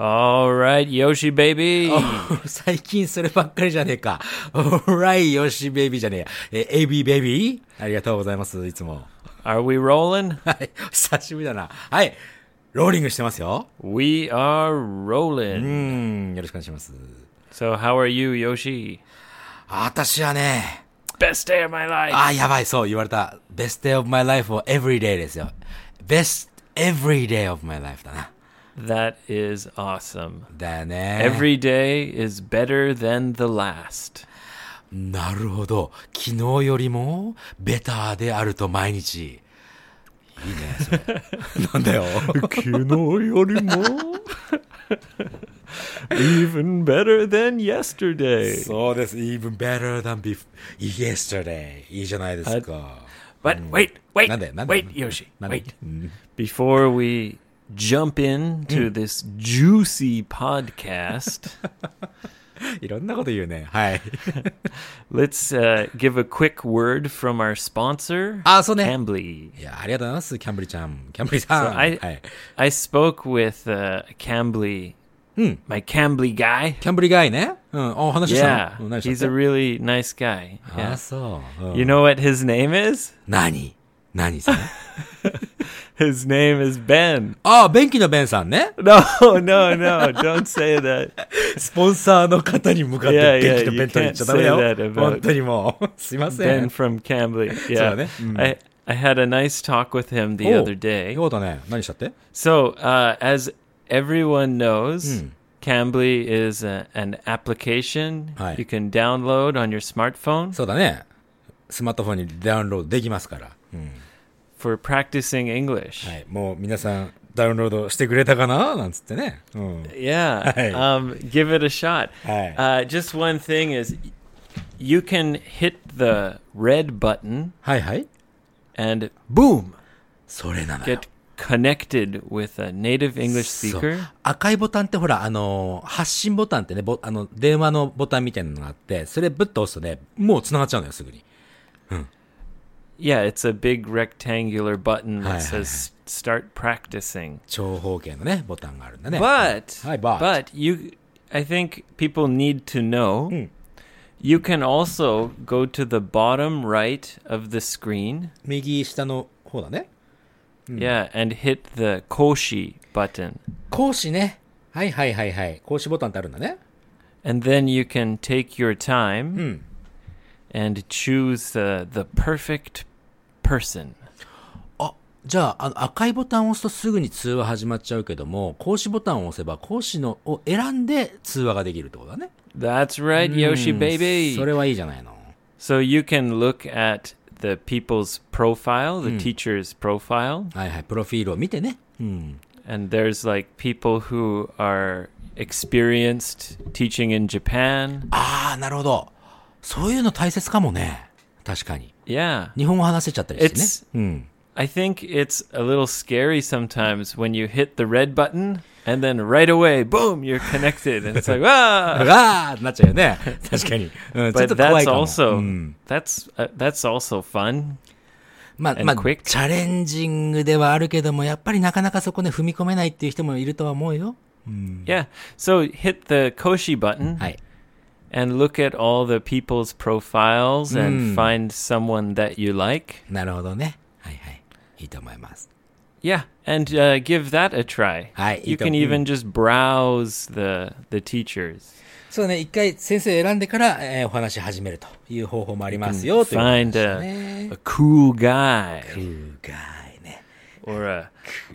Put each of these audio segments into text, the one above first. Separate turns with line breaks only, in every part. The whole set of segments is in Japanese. Alright, Yoshi baby.
最近そればっかりじゃねえか。オーライよしベイビーじゃねえや。え、エビベイビーありがとうございます、いつも。
Are we rolling?
はい、久しぶりだな。はい、ローリングしてますよ。
We are
う
rolling.
ん、よろしくお願いします。
So how are you, Yoshi?
私はね、
Best day of my life.
あ、やばい、そう言われた。Best day of my life or every day ですよ。Best every day of my life だな。
that is awesome.
だよね。
Every day is better than the last.
なるほど。昨日よりも、ベターであると毎日。いいね、それ。 なんだよ。
Even better than yesterday.
そうです。even better than before, yesterday. いいじゃないですか。
But wait, wait,
なんでなんで
wait, Yoshi,
なんで
wait. Before we jump into this juicy podcast,
いろんなこと言うね。はい。
let's uh, give a quick word from our sponsor,
あ、そうね。
Cambly.
いや、ありがとうございます、キャンブリちゃん。キャンブリさん。
I
はい。
I spoke with uh, Cambly, my Cambly guy.
キャンブリガイね。うん。お話ししたの
Yeah,
うん何
he's
した
a
の
really nice guy.
あ、
Yeah.
そう。うん
You know what his name is?
何何さん
His name is Ben.
あ、便器のベンさんね。
No, no, no! Don't say that.
スポンサーの方に向かっ
Yeah, yeah,
て便器のベンと言っちゃダメ
you can't say
だ
that
よ。
about-
本当にもう。すいませ
Ben
ん。
from Cambly.
So,
Yeah,
né? Mm.
I I had a nice talk with him the
お
other day.
そうだね。何したって
So uh, as everyone knows,
Hmm.
Cambly is a, an application
Hi.
you can download on your smartphone
そうだね。スマートフォンにダウンロードできますから。
for practicing English.
はい、もう皆さんダウンロードしてくれたかななんつってね。うん。
Yeah,
Hi.
um, give it a shot.
Hi.
Uh, just one thing is, you can hit the red button
はいはい。
and boom,
それなのよ
get。connected with a native English speaker.
赤いボタンってほら、あのー、発信ボタンってね、ぼあの、電話のボタンみたいなのがあって、それぶっと押すとね、もう繋がっちゃうのよ、すぐに。
Yeah, it's a big rectangular button
Hi, hi,
that says "Start practicing."
長方形のね、ボタンがあるんだね。
But
Hi, but.
you I think people need to know you can also go to the bottom right of the screen.
右下の方だね。Hmm.
Yeah, and hit the Koshi button.
講師ね。はいはいはいはい。講師ボタンってあるんだね。
And then you can take your time
Hmm.
and choose uh, the perfect person.
あ、じゃあ、あの赤いボタンを押すとすぐに通話始まっちゃうけども、講師ボタンを押せば講師のを選んで通話ができるってことだね。
That's right,
Hmm.
Yoshi
そ
baby.
れはいいじゃないの。
So you can look at the people's profile, the teacher's profile.
はいはい、プロフィールを見てね。うん。
and there's like people who are experienced teaching in Japan.
ああ、なるほど。そういうの大切かもね。確かに。
Yeah.
日本語話せちゃったりしてね
It's-。
うん。
I think it's a little scary sometimes when you hit the red button and then right away, boom, you're connected. And it's like, ah.
ああなっちゃう よね。確かに。うん、ちょっ
But
と怖
that's
いかも。
also
うん、
that's uh, that's also fun.
まあ、
and
まあ、チ
quick
ャレンジングではあるけども、やっぱりなかなかそこね、踏み込めないっていう人もいるとは思うよ。Hmm.
Yeah. So hit the Koshi button
はい。
and look at all the people's profiles and find someone that you like.
なるほどね。はいはい。いいと思います。
Yeah, and uh, give that a try.
Hi,
you
Ito.
can even
Mm.
just browse the the teachers.
そうね、一回先生選んでから、えーお話し始めるという方法もありますよ、ということで
Find
した
a,
ね。
a cool guy
うがいね。
or a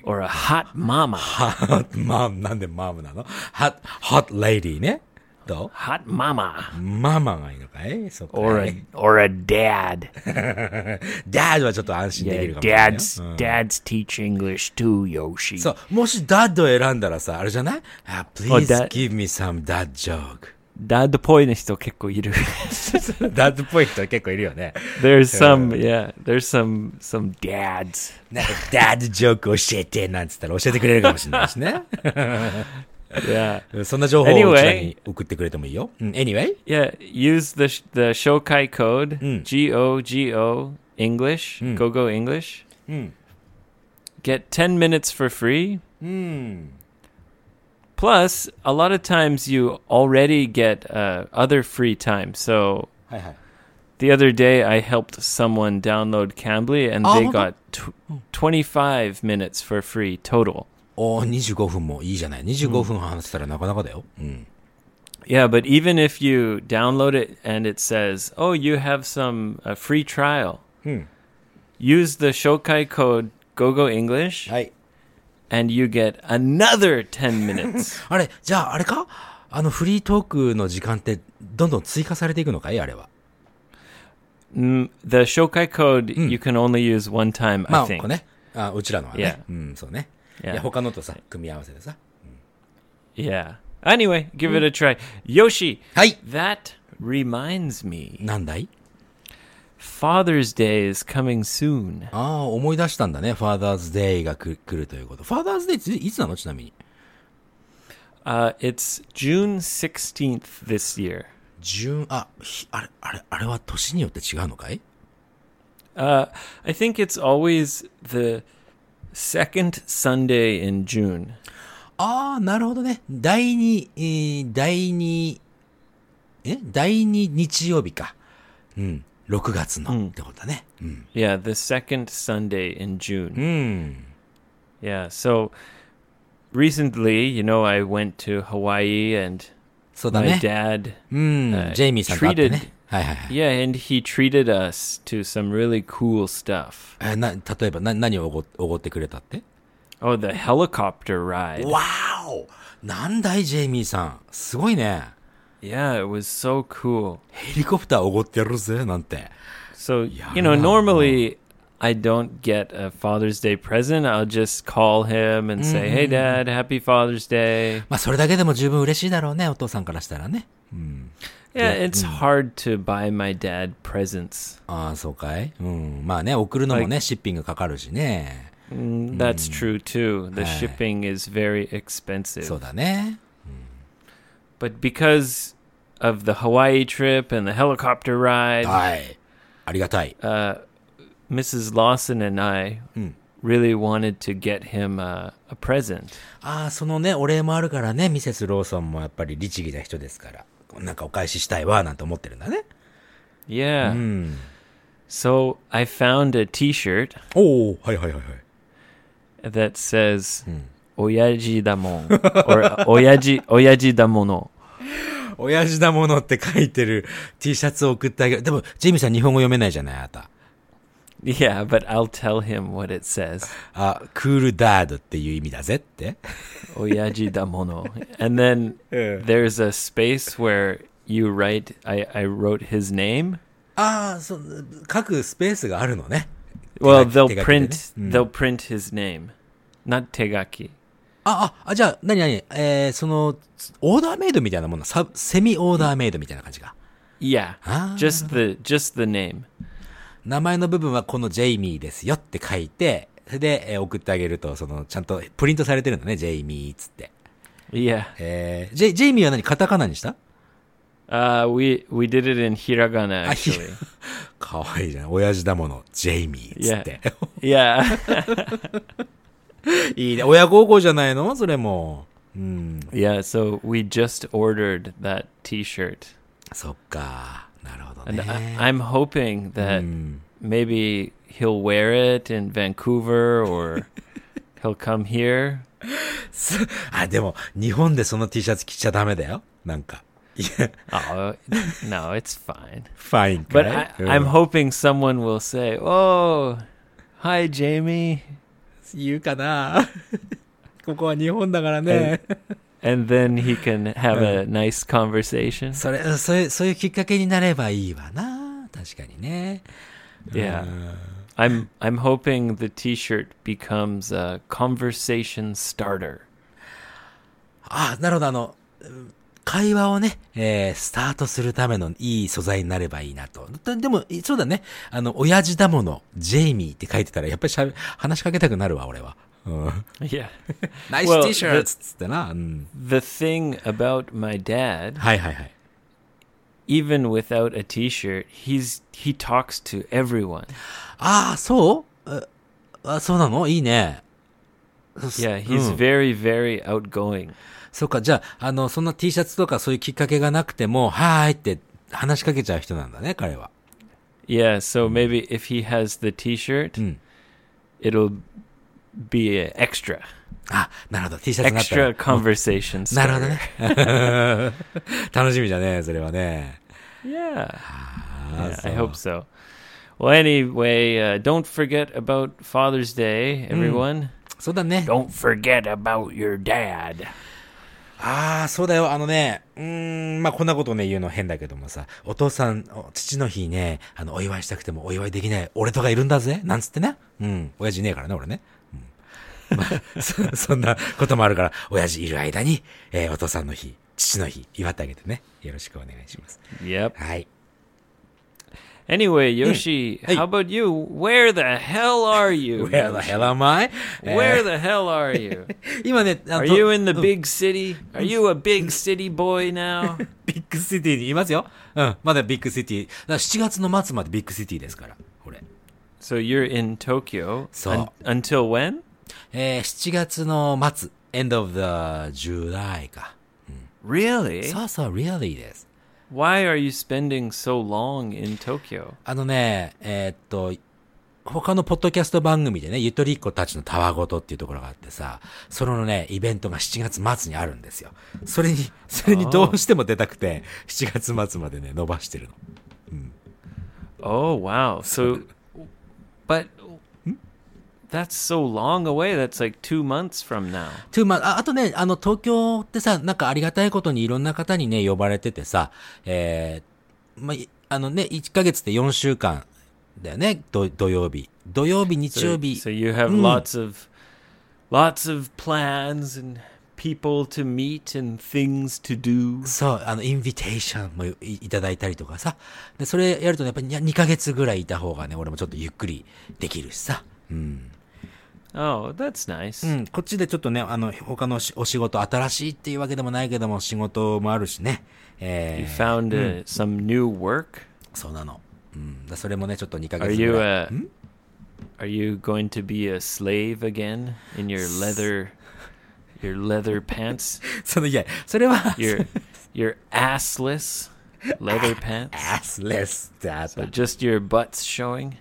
or a hot mama.
は、マム、なんでマムなのは、hot lady ね。ど
Hot mama
うママがいいのかいそっか。
or a or a dad.
ダッドはちょっと安心できる
Yeah,
かもしれない
dads
よ。
dads teach English too, Yoshi.
そう、もしダッドを選んだらさ、あれじゃない Ah, ?Please
だ
give me some dad joke.
ダッドっぽい人結構いる。
ダッドっぽい人結構いるよね。
there's some yeah, there's some some dads.
なんかダッドジョーク教えてなんつったら教えてくれるかもしれないしね。
Yeah.
そんな情報を
Anyway
うちらに送ってくれてもいいよ。うん Anyway?
Yeah, use the sh- the Shokai code G O G O English Go Go English. Get ten minutes for free. Plus, a lot of times you already get uh, other free time. So
はいはい。
the other day, I helped someone download Cambly, and
Oh,
they
hold
got
on.
tw 25 minutes for free total.
おお、25分もいいじゃない。25分話せたらなかなかだよ。うん。
Yeah, but even if you download it and it says, "Oh, you have some uh, free trial,"
Hmm.
use the Shokai code GoGo English,
はい。
and you get another ten minutes.
あれ、じゃああれかあのフリートークの時間ってどんどん追加されていくのかいあれは。
mm, the Shokai code
Hmm.
you can only use one time,
ま
I
あ、
think.
こうね。あうちらのはね。うん、そうね。い
Yeah.
や、他のとさ、組み合わせでさ。
Yeah. Anyway, give it a try. Yoshi,
はい。
that reminds me.
なんだい
Father's Day is coming soon.
ああ、思い出したんだね。ファーダーズデイが来る来るということ。ファーダーズデイっていつなのちなみに。
Uh, it's June 16th this year.
順、あ、ひあれ、あれ、あれは年によって違うのかい
Uh, I think it's always the second Sunday in June.
ああ、なるほどね。第二、えー第二、え第二日曜日か。うん。6月のってことだね。うん。
Yeah, the second Sunday in June.
うん。
Yeah, so recently, you know, I went to Hawaii and
そうだ
my
ね。
dad,
うん。
uh,
ジェイミーさんと会ってね
treated-。
はいはいはい。
yeah, and he treated us to some really cool stuff.
えーな、例えば、な、何をおごおごってくれたって
Oh, the helicopter ride.
わーおなんだい、ジェイミーさん。すごいね。
Yeah, it was so cool.
ヘリコプターおごってやるぜ、なんて。
So, you know, normally I don't get a Father's Day present. I'll just call him and say, "Hey dad, happy Father's Day."
まあ、それだけでも十分嬉しいだろうね、お父さんからしたらね。
Yeah, Mm. it's hard to buy my dad presents.
ああ、そうかいうん。まあね、送るのもね、シッピングかかるしね。
Mm, Ah. That's true too. The
Aye.
shipping is very expensive.
そうだね。
But because of the Hawaii trip and the helicopter ride,
はい。ありがたい。
Mrs. Lawson and I really wanted to get him uh, a present.
ああ、そのね、お礼もあるからね、ミセス・ローソンもやっぱり律儀な人ですから、なんかお返ししたいわ、なんて思ってるんだね。
Yeah. So I found a T-shirt
おおはいはいはいはい。
that says "Oyaji damon" or "Oyaji Oyaji damono."
親父だものって書いてる T シャツを送ってあげる。でも、ジェイミーさん日本語読めないじゃない、あなた。
Yeah, but I'll tell him what it says.
あ、クールダードっていう意味だぜって。
Oyaji damono, and then there's a space where you write. I I wrote his name.
ああ、そ書くスペースがあるのね。
Well,
Tegaki-
they'll
Tegaki
print they'll print his name, not Tegaki.
あ、あ、あ、じゃあ、なになに、えー、その、オーダーメイドみたいなもの、サブセミオーダーメイドみたいな感じか。
Yeah,
Ah.
just the just the name.
名前の部分はこのジェイミーですよって書いて、それで、えー送ってあげると、その、ちゃんとプリントされてるのね、ジェイミーっつって。
Yeah,
えー、ジェイジェイミーは何カタカナにした
uh, we we did it in hiragana
あひ
actually.
かわいいじゃん。親父だもの、ジェイミーっつって。
yeah.
いいね。親孝行じゃないのそれも。うん。
Yeah, so we just ordered that T-shirt,
そっか。なるほど
and
ね。
I, I'm hoping
Hmm.
that maybe he'll wear it in Vancouver or he'll come here.
すあ、でも、日本でその T シャツ着ちゃダメだよ。なんか。いや、
Oh no, it's fine.
ファインか
But
い
I,
うん
I'm hoping someone will say, "Oh, hi, Jamie,"
言うかな ここは日本だからね。
and then he can have a nice conversation.
それ、うんそういう、そういうきっかけになればいいわな。確かにね。
Yeah, I'm I'm hoping the T-shirt becomes a conversation starter.
あ、なるほど、あの、うん会話をね、えー、スタートするためのいい素材になればいいなと。だでも、いそうだね。あの、親父だもの、ジェイミーって書いてたら、やっぱりしゃべ話しかけたくなるわ、俺は。うん。
Yeah.
ナイ
Well,
ス T シャツつってな。うん。
The thing about my dad,
はいはいはい。
even without a T-shirt, he's he talks to everyone.
ああ、そうああ、そうなのいいね。
Yeah, he's
うん
very, very outgoing.
そうか、じゃあ、あの、そんな T シャツとかそういうきっかけがなくても、はーいって話しかけちゃう人なんだね、彼は。
Yeah, so maybe if he has the t shirt,
うん。
it'll be a extra.
あ、なるほど、T シャツがあった
Extra
ら。
conversation.
なる
starter.
ほどね。 楽しみだね、それはね。
Yeah.
あ
Yeah,
ー
I
そう
hope Ah, so. Well, anyway, uh, don't forget about Father's Day, everyone.
そうだね。
Hmm. Don't forget about your dad.
ああ、そうだよ。あのね、うーん、まあ、こんなことね、言うの変だけどもさ、お父さん、お父の日ね、あの、お祝いしたくてもお祝いできない俺とかいるんだぜ、なんつってね。うん、親父いねえからね、俺ね。うん、まあ、 そそんなこともあるから、親父いる間に、えーお父さんの日、父の日、祝ってあげてね。よろしくお願いします。
Yep.
はい。
Anyway, Yoshi,
Hey.
how about you? Where the hell are you?
Where the hell am I? え
Where
ー
the hell oh. are you?
今ね、あ
Are
の
you in the
うん
big city? Are you a big city boy now?
ビッグシティにいますよ。うん、まだビッグシティ。だから7月の末までビッグシティですから、俺。
So you're in Tokyo
So-
until when?
えー、7月の末、end of the July か。
Really?
そうそう、really です。
Why are you spending so long in Tokyo?
あのね、えーっと、他のポッドキャスト番組でね、ゆとりっ子たちのたわごとっていうところがあってさ、そのね、イベントが7月末にあるんですよ。それに、それにどうしても出たくて、7月末までね、伸ばしてるの。
Oh wow. So Hmm? but that's so long away. That's like 2 months from now.
トゥーマンああとね、あの、東京ってさ、なんかありがたいことにいろんな方にね、呼ばれててさ、えー、まあい、あのね、1ヶ月って4週間だよね、土土曜日。土曜日、日
So,
曜日。
so you have lots of lots of plans and people to meet and things to do.
そう、あの、インビテーションもいいただいたりとかさ。で、それやるとねやっぱり2ヶ月ぐらいいた方がね、俺もちょっとゆっくりできるしさ。うん。
Oh, that's nice.
うん、こっちでちょっとね、あの、他のしお仕事、新しいっていうわけでもないけども、仕事もあるしね。
You
えー
found uh, some new work.
そうなの。うん。だそれもね、ちょっと2ヶ
Are
月ぐらい。
you uh, are you going to be a slave again in your leather your leather pants?
その、いや、それは、
Your your assless leather pants?
アスレスってあった。
Just your butts showing,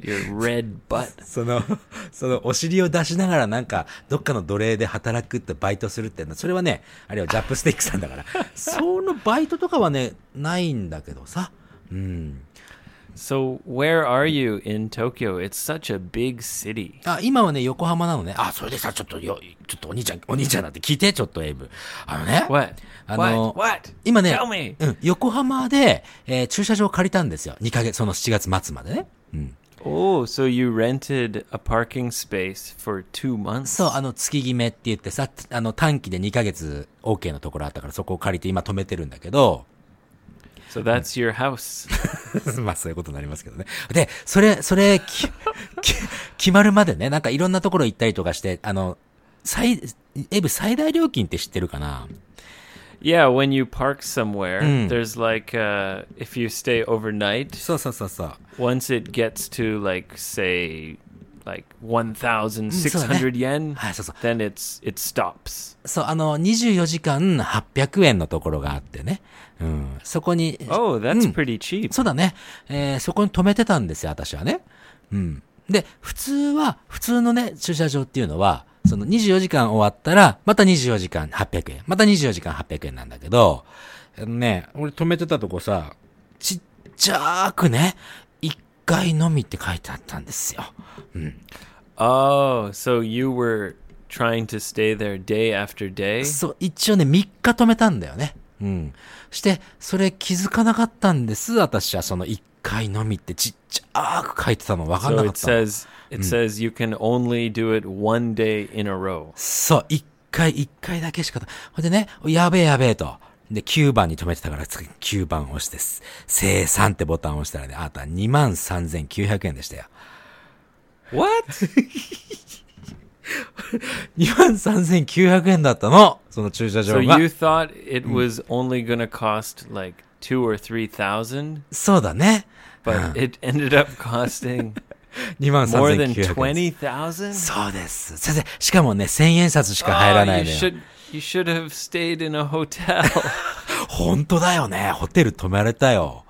your red butt.
その、その、お尻を出しながらなんか、どっかの奴隷で働くって、バイトするってのそれはね、あれはジャップスティックさん だから。そのバイトとかはね、ないんだけどさ。うん。
So where are you in Tokyo? It's such a big city.
あ、今はね、横浜なのね。あ、それでさ、ちょっとよ、ちょっとお兄ちゃん、お兄ちゃんなんて聞いて、ちょっとエイブ。あのね。
What?
あ
What?
の、
What?
今ね
Tell me.、
うん、横浜で、えー駐車場を借りたんですよ。2ヶ月、その7月末までね。うん。
Oh, so you rented a parking space for two months.
そう、あの、月決めって言ってさ、あの、短期で2ヶ月 OK のところあったから、そこを借りて今止めてるんだけど、
So that's your house.
まあそういうことになりますけどね。で、それ、それ、きき決まるまでね、なんかいろんなところ行ったりとかして、あの、最、エブ最大料金って知ってるかな
yeah, when you park somewhere, there's like uh, if you stay overnight,
そうそうそうそう。
once it gets to like say like 1,600 yen,
はい、そうそう。
then it's it stops.
そう、あの、24時間800円のところがあってね。うん。そこに、
Oh, that's
うん
pretty cheap.
そうだね。えーそこに止めてたんですよ、私はね。うん。で、普通は、普通のね、駐車場っていうのは、その24時間終わったら、また24時間800円。また24時間800円なんだけど、あのね、俺止めてたとこさ、ちっちゃーくね、1回のみって書いてあったんですよ。
Oh, so you were trying to stay there day after day?
そう、一応ね、3日止めたんだよね。うん。して、それ気づかなかったんです、私は。その1回のみってちっちゃーく書いてたの分かん
So
なかっ
it
たの。
says it says you can only do it one day in a row.
そう、一回、一回だけしかと。ほんでね、やべえやべえと。で、9番に止めてたから、次9番を押して、生産ってボタンを押したらね、あとは23,900円でしたよ。
What?
23,900円だったのその駐車
so
場が。
you thought it was only going to cost like 2 or 3,000,
そうだね。
but it ended up costing
2万
More than
3900円。
20,000?
そうです。先生、しかもね、1000円札しか入らない
Ah, you
のよ。
should you should have stayed in a hotel.
本当だよね。ホテル泊まれたよ。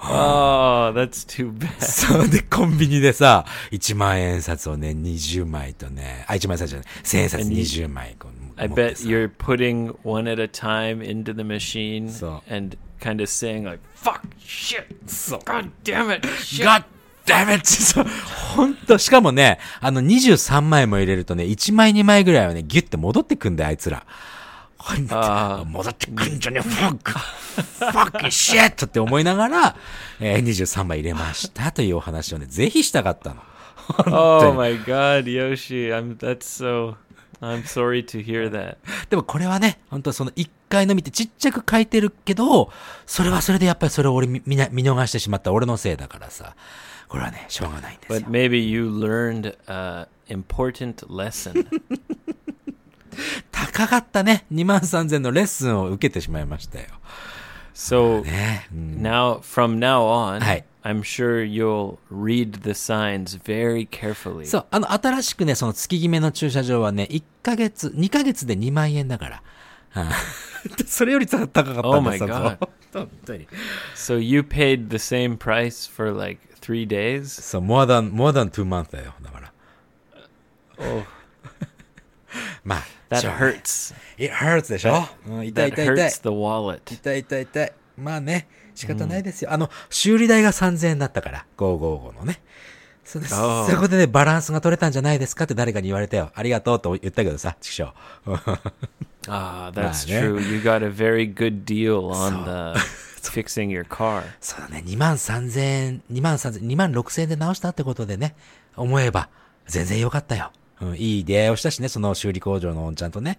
oh, that's too bad.
そうで、コンビニでさ、1万円札をね、20枚とね、あ、1万円札じゃない、1000円札20枚。こう
I
持って
bet
さ
you're putting one at a time into the machine
So-
and kind of saying like "fuck shit, god damn it, shit."
God damn it! そう。ほんと、しかもね、あの、23枚も入れるとね、1枚2枚ぐらいはね、ギュッて戻ってくんだよ、あいつら。ほんと
あー
戻ってくんじゃねえ、ファックファックシェットって思いながら、えー、23枚入れましたというお話をね、ぜひしたかったの。
Oh my god, Yoshi, I'm that's so. I'm sorry to hear that.
でもこれはね、本当その1回の見てちっちゃく書いてるけど、それはそれでやっぱりそれを俺み見な見逃してしまった俺のせいだからさ、これはね、しょうがないんですよ
But。maybe you learned an important lesson.
高かったね。2万3000のレッスンを受けてしまいましたよ。
So
ね。うん、
now, from now on,
Hi.
I'm sure you'll read the signs very carefully.
そう、あの、新しくね、その月決めの駐車場はね、1ヶ月、2ヶ月で2万円だから。うん それより高かったんだ
Oh my
そこ
God.
本当に。
so you paid the same price for like three days.
そう、more than, more than two months だよ。だから。
Oh,
まあ、
that
しょうがな い
hurts.
It hurts でしょ、うん、痛い
That
痛い痛い
hurts。the wallet.
痛い痛い痛い。まあね、仕方ないですよ。あの、修理代が3000円だったから、555のね。そです
ああ
そこでね、バランスが取れたんじゃないですかって誰かに言われたよ。ありがとうと言ったけどさ、畜生。
Ah, that's
yeah.
true. You got a very good deal on the fixing your car.
そうだね、2万3000円、2万3000、2万6000円で直したってことでね、思えば、全然良かったよ。うん、いい出会いをしたしね、その修理工場のおんちゃんとね。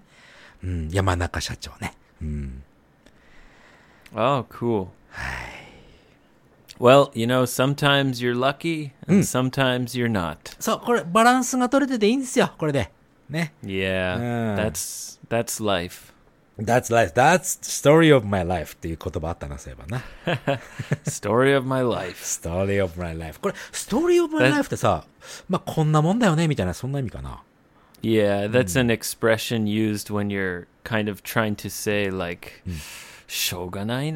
うん、山中社長ね。うん。
Oh, cool. Well, you know, sometimes you're lucky and sometimes you're not.
そう、これ、バランスが取れてていいんですよ、これで。ね。
Yeah,
Yeah.
that's that's life.
That's life. That's the story of my life っていう言葉あったな、そういえばな。
Story of my life.
story of my life. これ、story of my
That-
life ってさ、まあ、こんなもんだよね、みたいな、そんな意味かな。
Yeah, that's an expression used when you're kind of trying to say like, "shoganai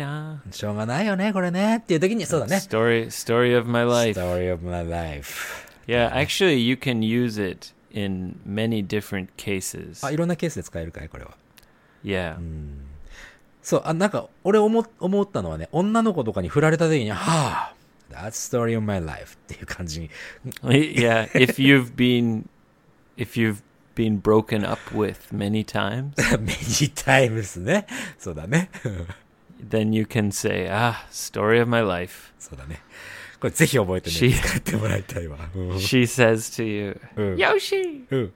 しょうがないよね、これね。っていう時に、そうだ
na."
ね。
Story story of my life.
story of my life.
Yeah, actually, you can use it in many different cases.
あ、いろんなケースで使えるかい、これは。
Yeah.
そう、あ、なんか、俺思、思ったのはね、女の子とかに振られた時に、はぁ、that's story of my life っていう感じに。
yeah, if you've been if you've been broken up with many times,
many times ね。そうだね。
then you can say, "Ah, story of my life."
そうだね。これぜひ覚えてね、
She-
使ってもらいたいわ。うん
She says to you,
Mm.
"Yoshi,
うん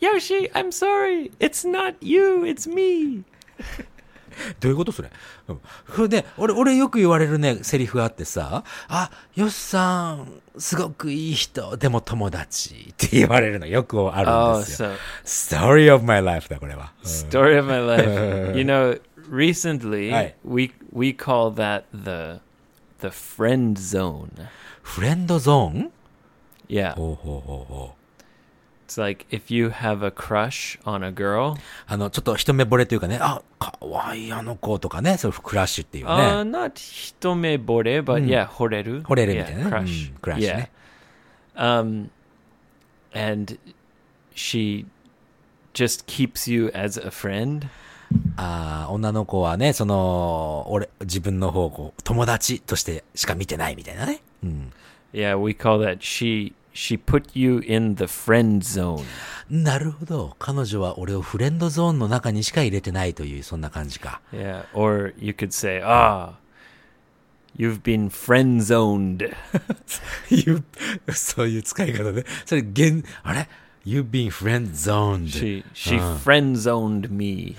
Yoshi, I'm sorry. It's not you, it's me."
どういうことそれ、うん、それで、俺、俺よく言われるね、セリフがあってさ、あ、よしさん、すごくいい人、でも友達って言われるのよくある
Oh,
んですよ。
so
Story of my life だ、これは。
story of my life. you know, recently
Aye.
we we call that the the friend zone.
フレンドゾーン
Yeah.
ほうほうほうほう。
It's like if you have a crush on a girl,
あの、ちょっと一目惚れというかね、あ、かわいいあの子とかね、そう、クラッシュっていう
uh,
ね。
not hitome bore, but yeah, horeru.
惚れるみ
Yeah,
たいなね。
crush.
うん、クラッシュ
yeah.
ね。
Um, and she just keeps you as a friend.
ああ、女の子はね、その、俺、自分の方を友達としてしか見てないみたいなね。うん。
Yeah, we call that she she put you in the friend zone.
なるほど。彼女は俺をフレンドゾーンの中にしか入れてないという、そんな感じか。
Yeah, or you could say, ah, you've been friend zoned.
いう、そういう使い方で。それ、現、あれ ?You've been friend zoned.
She she
Ah.
friend zoned me.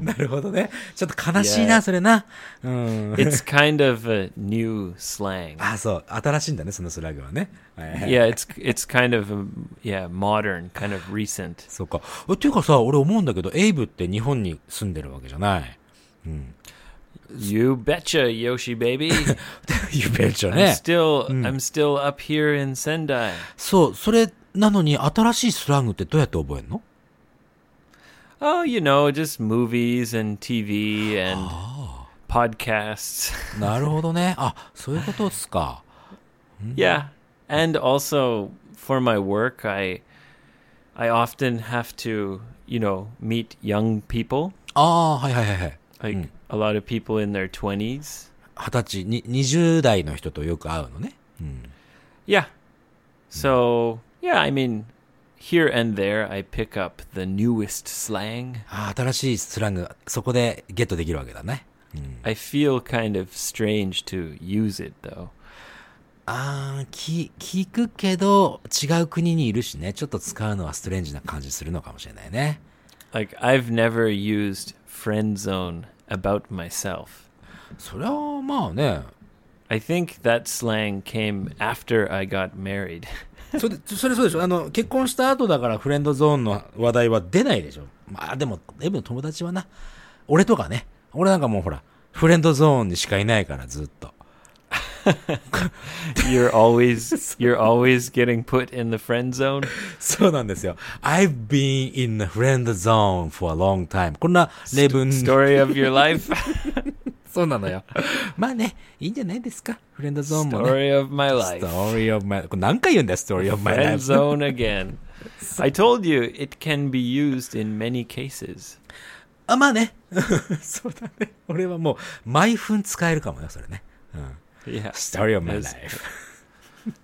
なるほどね。ちょっと悲しい
いや
な、それな。うん。
It's kind of a new slang.
あ、そう。新しいんだね、そのスラグはね。はいはい
yeah, it's it's kind of um, yeah modern, kind of recent.
そう か。えっていうかさ、俺思うんだけど、エイブって日本に住んでるわけじゃない。
You betcha, Yoshi baby.
You betcha
I'm
ね。
still I'm still up here in Sendai.
そう、それなのに新しいスラングってどうやって覚えんの
Oh, you know, just movies and TV and podcasts.
なるほどね。あ、そういうことっすか。
yeah. And also for my work, I I often have to, you know, meet young people,
ああー、はいはいはいはい。
like a lot of people in their 20s.
二十歳に、20代の人とよく会うのね。
Yeah. So, yeah, I mean, here and there I pick up the newest slang.
ああ、新しいスラング、そこでゲットできるわけだね。
I feel kind of strange to use it though.
ああ、き、聞くけど、違う国にいるしね、ちょっと使うのはストレンジな感じするのかもしれないね。
Like I've never used friend zone about myself.
それは、まあね。
I think that slang came after I got married.
それ、 それそうでしょあの、結婚した後だからフレンドゾーンの話題は出ないでしょまあでも、エブの友達はな、俺とかね、俺なんかもうほら、フレンドゾーンにしかいないから、ずっと。
You're always you're always getting put in the friend zone.
そうなんですよ。I've been in a friend zone for a long time. こんな例文。
Story of your life.
そうなのよ。 まあね、いいんじゃないですか。フレンドゾーンもね。
Story of my
Story
life.
of my これ何回言うんだよ、Story of my
Friend
life.
zone again. I told you it can be used in many cases.
あ、まあね。 そうだね。俺はもう、毎分使えるかもよ、それね。うん。
Yeah.
Story of my
Yes.
life.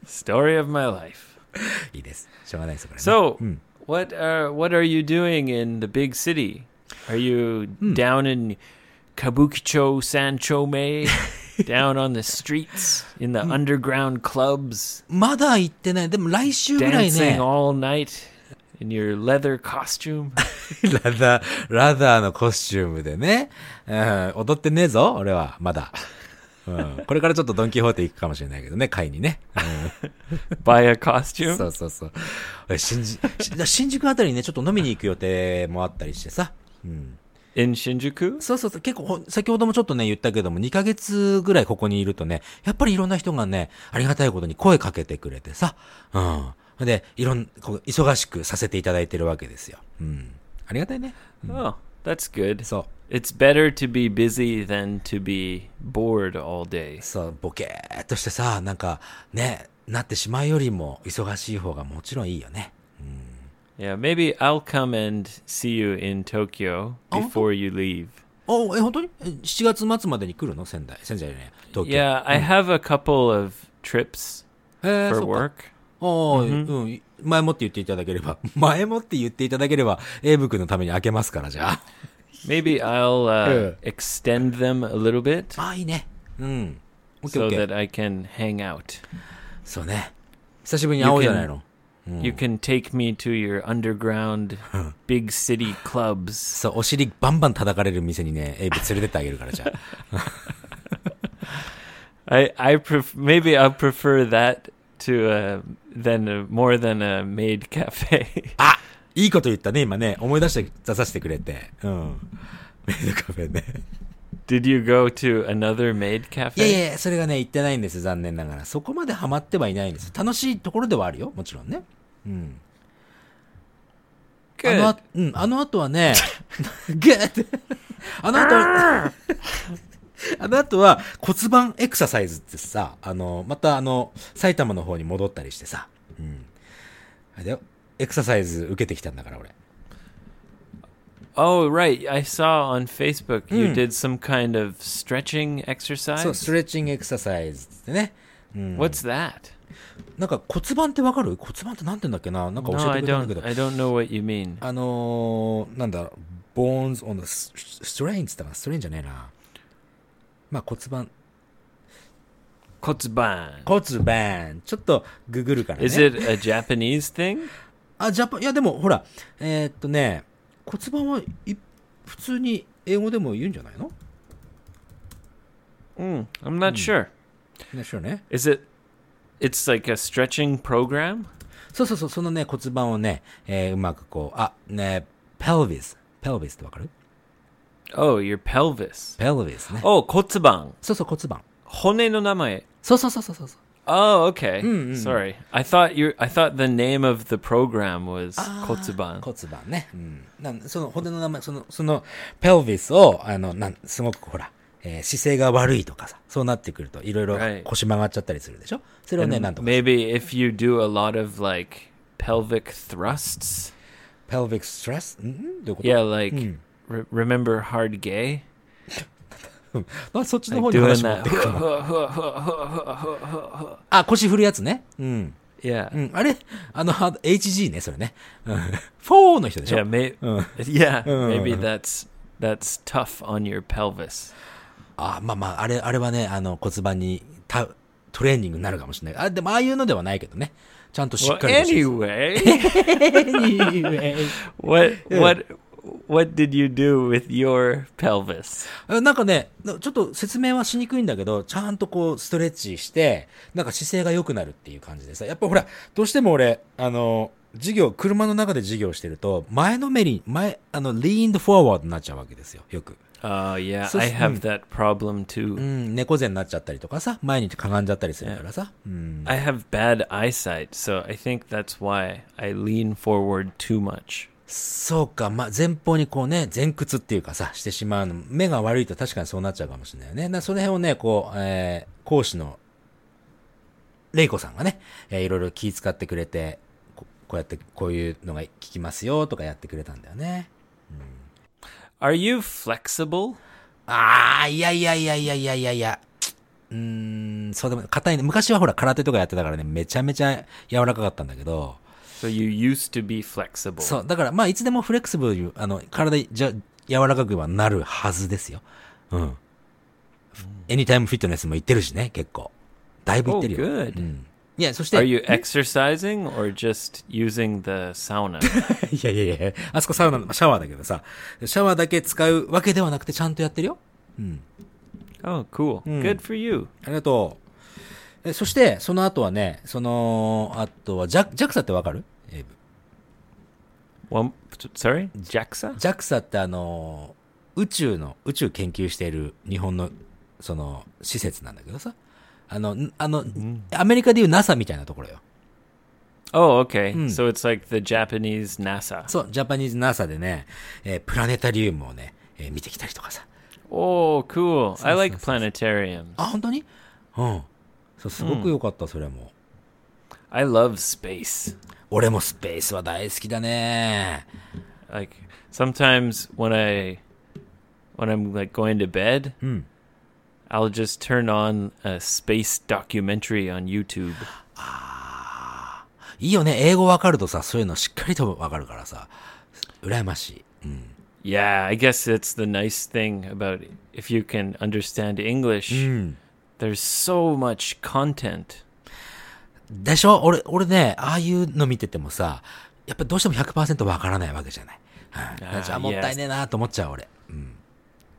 Story of my life.
いいです。しょうがないです、これ、ね。
So,
うん。
what are what are you doing in the big city? Are you
Hmm.
down in Kabukicho Sanchome, down on the streets in
Hmm.
the underground clubs,
まだ行ってない。でも来週ぐらい
dancing
ね。
all night in your leather costume?
ラダー、ラダーのコスチュームでね。うん、踊ってねえぞ、俺は、まだ。うん、これからちょっとドンキホーテ行くかもしれないけどね、会にね。
Buy a
うん、そ
costume?
うそうそう。俺新宿、し新宿あたりにね、ちょっと飲みに行く予定もあったりしてさ。うん、
In Shinjuku?
そうそうそう、結構ほん、先ほどもちょっとね、言ったけども、2ヶ月ぐらいここにいるとね、やっぱりいろんな人がね、ありがたいことに声かけてくれてさ。うん。で、いろん、こう忙しくさせていただいてるわけですよ。うん。ありがたいね。
Oh, that's good.
そう。
It's better to be busy than to be bored all day.
そう、ボケーっとしてさ、なんか、ね、なってしまうよりも、忙しい方がもちろんいいよね。
Yeah, maybe I'll come and see you in Tokyo
Oh.
before you leave.
おえ、本当にえ ?7 月末までに来るの仙台。仙台じゃねえ東京。
Yeah, I have a couple of trips
えー
for
そっか
work.
ああ、うん。前もって言っていただければ。 前もって言っていただければ、エイブ君のために開けますから、じゃあ。
Maybe I'll uh,
Yeah. Ah,
extend them a little bit
ああ、いいね。うん。オッケーオ
so
ッケ
that
ー。
I can hang out.
そうね。久しぶりに会おうじゃないの。Hmm.
You can take me to your underground big city clubs.
そう、お尻バンバン叩かれる店にね、エイブ連れてってあげるから、じゃあ。
I I pref- maybe I'll prefer that to uh, than a, more than a maid cafe.
あいいこと言ったね、今ね。思い出して、出させてくれて。うん。メイドカフェね。
Did you go to another maid
いや
cafe?
いやいや、それがね、行ってないんです、残念ながら。そこまでハマってはいないんです。楽しいところではあるよ、もちろんね。うん。あ
Good.
のあ、うん、あの後はね、 グーって。あ の後は、あの後は骨盤エクササイズってさ、あの、またあの、埼玉の方に戻ったりしてさ。うん。あれだよ、エクササイズ受けてきたんだから、俺。
Oh, right. I saw on Facebook you
Mm.
did some kind of stretching exercise.
そう、ストレッチングエクササイズってね。うん。
What's that?
なんか骨盤ってわかる骨盤ってなんて言うんだっけななんか
No,
教え
I
てくれたんだけ
don't.
ど。
I don't know what you mean.
あのー、なんだろう、bones on the s- strain って言ったかなストレインじゃねえな。まあ骨盤。
Kotsuban.
骨盤ちょっとググるからね。
Is it a Japanese thing?
あ、ジャパン、いやでもほら、えーっとね、骨盤はい普通に英語でも言うんじゃないの
Mm, I'm not sure.
ね、そうね。
Is it? It's like a stretching program.
そうそうそう、そのね、骨盤をね、えーうまくこう、あ、ね、pelvis。pelvis ってわかる
Oh, your pelvis.
ペルビスね。
Oh, 骨盤。
そうそう、骨盤。
骨の名前。
そうそうそうそうそう。
Oh, okay.
Mm, mm.
Sorry. I thought you I thought the name of the program was
あー
Kotsuban.
骨盤ね。うん。なんその骨の名前、その、その、ペルビスを、あの、なん、すごくほら、えー姿勢が悪いとかさ、そうなってくると、いろいろ
Right.
腰曲がっちゃったりするでしょそれを
And
ね、なんとか。
maybe if you do a lot of like pelvic thrusts.
ペルビックストレスんどういうこと
Yeah, like
Mm.
re- remember hard gay?
あそっちの方
Like
に
doing
話持ってくる
that.
あ、腰振るやつね。うん。
yeah.
うん。あれあの、は HG ね、それね。うん。4の人でし
Yeah,
ょ
may-
うん。
yeah,
Mm.
maybe that's that's tough on your pelvis.
あ、まあまあ、あれ、あれはね、あの、骨盤に、た、トレーニングになるかもしれない。あ、でも、ああいうのではないけどね。ちゃんとしっ
Well,
かりとしてる
anyway, what what what did you do with your pelvis?
あなんかね、なちょっと説明はしにくいんだけど、ちゃんとこう、ストレッチして、なんか姿勢が良くなるっていう感じでさ。やっぱほら、どうしても俺、あの、授業、車の中で授業してると、前のめり、前、あの、リーンドフォアワードになっちゃうわけですよ、よく。
Oh yeah,
So-
I have
mm.
that problem
う
too.
ん、猫背になっちゃったりとかさ、毎日かがんじゃったりするからさ。うん。
I have bad eyesight, so I think that's why I lean forward too much.
そうか、まあ、前方にこうね、前屈っていうかさ、してしまうの。目が悪いと確かにそうなっちゃうかもしれないよね。なその辺をね、こう、えー講師の、レイコさんがね、えーいろいろ気遣ってくれてこ、こうやって、こういうのが効きますよとかやってくれたんだよね。
Are you flexible?
あー、いやいやいやいやいやいやいや。うーん、そうでも、硬いね。昔はほら、空手とかやってたからね、めちゃめちゃ柔らかかったんだけど、
So you used to be flexible.
そう、だから、まあ、いつでもフレキシブルに、あの、体、じゃ、柔らかくはなるはずですよ。うん。エニタイムフィットネスも行ってるしね、結構。だいぶ行ってるよ。
Oh, good.
うん。いや、そして、
Are you exercising or just using the sauna?
いやいやいや、あそこサウナの、シャワーだけどさ、シャワーだけ使うわけではなくて、ちゃんとやってるよ。
oh, cool. Good for you.
ありがとう。えそして、その後はね、その、あとは、ジャ、ジャクサってわかるエイブ
One, sorry, JAXA.
JAXA ってあのー宇宙の宇宙研究している日本のその施設なんだけどさあのんあの、アメリカでいう NASA みたいなところよ
Oh, okay. So it's like the Japanese NASA.
そうジャパニーズ NASA でね、えープラネタリウムをね、えー見てきたりとかさ
Oh, cool. I like
yes,
planetariums.
yes. あ本当にうんそうすごく良かった、それも
I love space.
俺もスペースは大好きだね
Like sometimes when I when I'm like going to bed, I'll just turn on a space documentary on YouTube.
いいよね英語わかるとさそういうのしっかりとわかるからさ羨ましい
Yeah, I guess it's the nice thing about if you can understand English.
Mm.
There's so much content.
でしょ俺、俺ね、ああいうの見ててもさ、やっぱどうしても100%わからないわけじゃない。はい、じゃあもったいねえなと思っちゃう俺。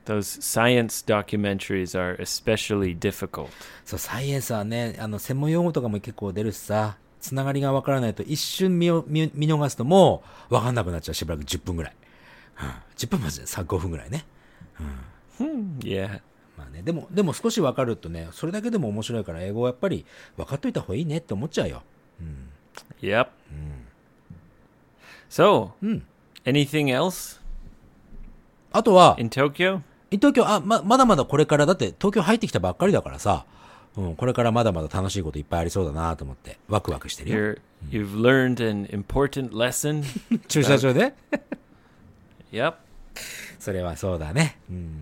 Those science documentaries are especially difficult.
そう、サイエンスはね、あの、専門用語とかも結構出るしさ、つながりがわからないと一瞬見よ見見逃すともうわかんなくなっちゃうしばらく10分ぐらい。うん、10分までさ、5分ぐらいね。
Yeah.
まあね、でも、でも少しわかるとね、それだけでも面白いから英語はやっぱり分かっといた方がいいねって思っちゃうよ。
Yep. So, anything else
あとは、
in Tokyo?
東京、あ、ま、まだまだこれから、だって東京入ってきたばっかりだからさ、うん、これからまだまだ楽しいこといっぱいありそうだなと思って、ワクワクしてるよ。
You're you've learned an important lesson.
駐車場で
yep.
それはそうだね。うん、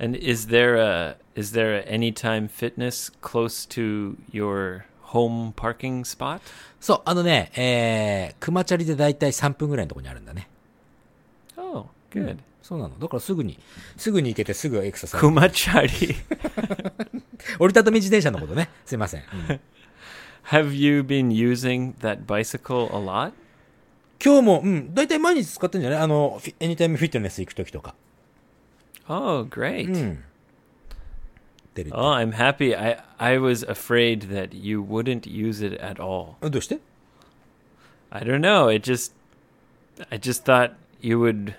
And is there a is there a anytime fitness close to your home parking spot?
そう、あのね、えー、熊チャリでだいたい3分ぐらいのとこにあるんだね。
Oh, good.
そうなの。だからすぐに、すぐに行けてすぐエクササイズ。
Kumachari.
折りたたみ自転車のことね。すいません。うん
Have you been using that bicycle a lot?
今日も、うん、だいたい毎日使ってんじゃないあの、フィエニタイムフィットネス行くときとか。
Oh, great.
うん。出るって
Oh, I'm happy. I I was afraid that you wouldn't use it at all.
あどうして
I don't know. It just I just thought you would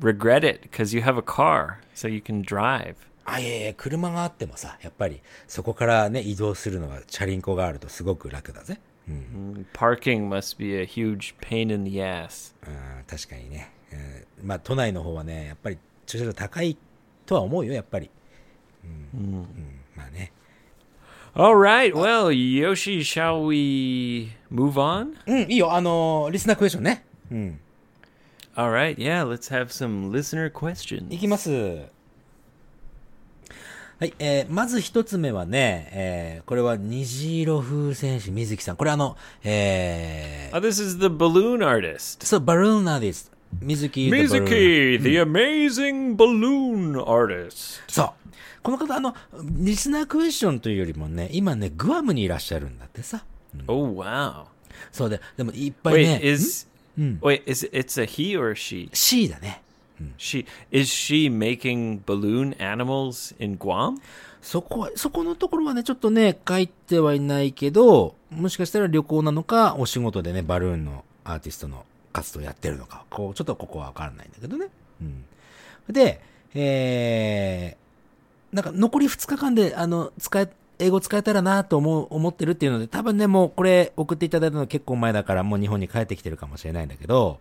regret it because you have a car, so you can drive.
あ、いやいや、車があってもさ、やっぱりそこからね、移動するのはチャリンコがあるとすごく楽だぜ。
Hmm. Parking must be a huge pain in the ass.
うん、確かにね。うん、まあ、都内の方はね、やっぱり駐車場高いとは思うよ、やっぱり。うん。うん、まあね。
All right, well, Yoshi, shall we move on?
うん、いいよ、あのーリスナークエスチョンね。うん。
All right, yeah, let's have some listener
い
questions.
きます。はい、えーまず一つ目はね、えーこれは虹色風船師水木さん。これあの、えー
Oh, this is the balloon artist.
そう、バルーンアーティスト。水木。
Mizuki, the Hmm. amazing balloon artist.
そう。この方、あの、リスナークエスチョンというよりもね、今ね、グアムにいらっしゃるんだってさ。
Oh, wow.
そうで、でもいっぱい
Wait,
ね、
is wait, is it's a he or a she?
C だね。
She is she making balloon animals in Guam?
そこは、そこのところはね、ちょっとね、書いてはいないけど、もしかしたら旅行なのか、お仕事でね、バルーンのアーティストの活動やってるのか、こう、ちょっとここはわからないんだけどね。うん。で、えー、なんか残り2日間で、あの、使え、英語使えたらなと思う、思ってるっていうので、多分ね、もうこれ送っていただいたの結構前だから、もう日本に帰ってきてるかもしれないんだけど、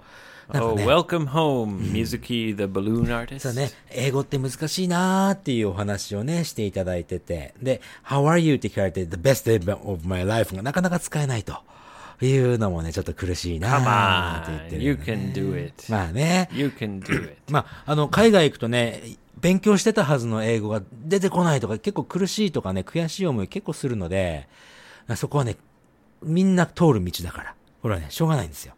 なんか
Oh,
ね、
welcome home, Mizuki, the balloon artist.
そうね、英語って難しいなーっていうお話をね、していただいてて、で、How are you? って聞かれて、The best day of my life がなかなか使えないというのもね、ちょっと苦しいな
Come
ーって言
on,
ってる
you
よね、
can do it.
まあね、
You can do it.
まあ、あの、海外行くとね、勉強してたはずの英語が出てこないとか、結構苦しいとかね、悔しい思い結構するので、そこはね、みんな通る道だから、これはね、しょうがないんですよ。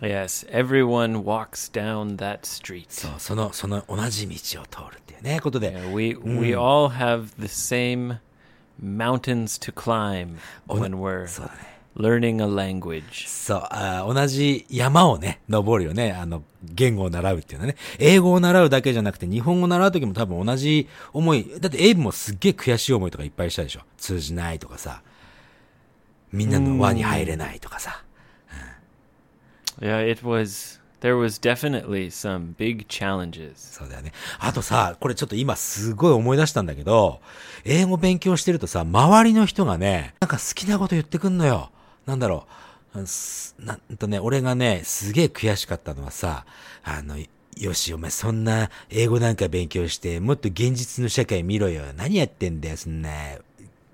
Yes, everyone walks down that street.
そう、その、その同じ道を通るっていうね、ことで、
Yeah, We we
Hmm.
all have the same mountains to climb
Oh,
when we're
そうだね。
learning a language.
そう、あー同じ山をね、登るよね。あの、言語を習うっていうのはね。英語を習うだけじゃなくて、日本語を習うときも多分同じ思い。だってエイブもすっげえ悔しい思いとかいっぱいしたでしょ。通じないとかさ。みんなの輪に入れないとかさ。
Yeah, it was there was definitely some big challenges.
そうだよね。あとさ、これちょっと今すごい思い出したんだけど、英語勉強してるとさ、周りの人がね、なんか好きなこと言ってくんのよ。なんだろう。うんすなんうんとね、俺がね、すげえ悔しかったのはさ、あの、よし、お前そんな英語なんか勉強して、もっと現実の社会見ろよ。何やってんだよ、そんな。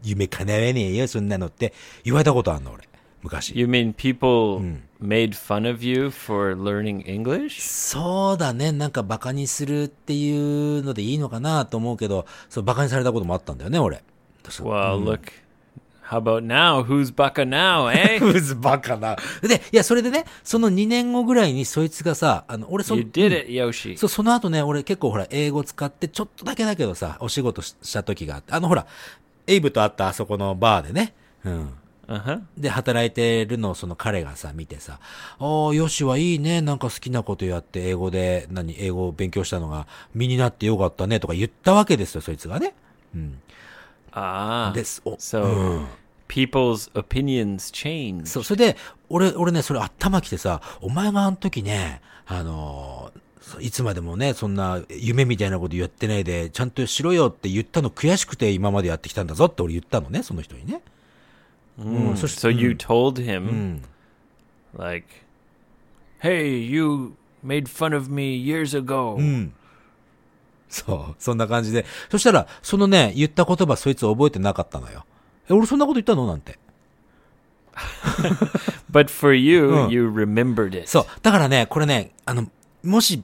夢叶えねえよ、そんなのって言われたことあんの、俺。昔。
You mean people made fun of you for learning English?
そうだね。なんかバカにするっていうのでいいのかなと思うけど、そう、バカにされたこともあったんだよね、俺。 そう
Well, look, how about now? Who's bucka now, eh?
うずバカな。で、いや、それでね、その2年後ぐらいにそいつがさ、あの、俺そ
you、did it, Yoshi.
そう、その後ね、俺結構ほら、英語使って、ちょっとだけだけどさ、お仕事しした時があって、あのほら、エイブと会ったあそこのバーでね、うん。
Uh huh.
で、働いてるのをその彼がさ、見てさ、ああ、よしはいいね。なんか好きなことやって、英語で、何、英語を勉強したのが身になってよかったね、とか言ったわけですよ、そいつがね。
Ah.
です。お、
So people's opinions change.
そう、それで、俺、俺ね、それ頭きてさ、お前があの時ね、あのーそういつまでもね、そんな夢みたいなことやってないで、ちゃんとしろよって言ったの悔しくて今までやってきたんだぞって俺言ったのね、その人にね。うん、そして、
Hmm. so you told him
Hmm.
like hey, you made fun of me years ago.
Mm. そう、そんな感じで。そしたら、そのね、言った言葉そいつ覚えてなかったのよ。え、俺そんなこと言ったのなんて。
But for you,
Mm.
you remembered it.
そう。だからね、これね、あの、もし、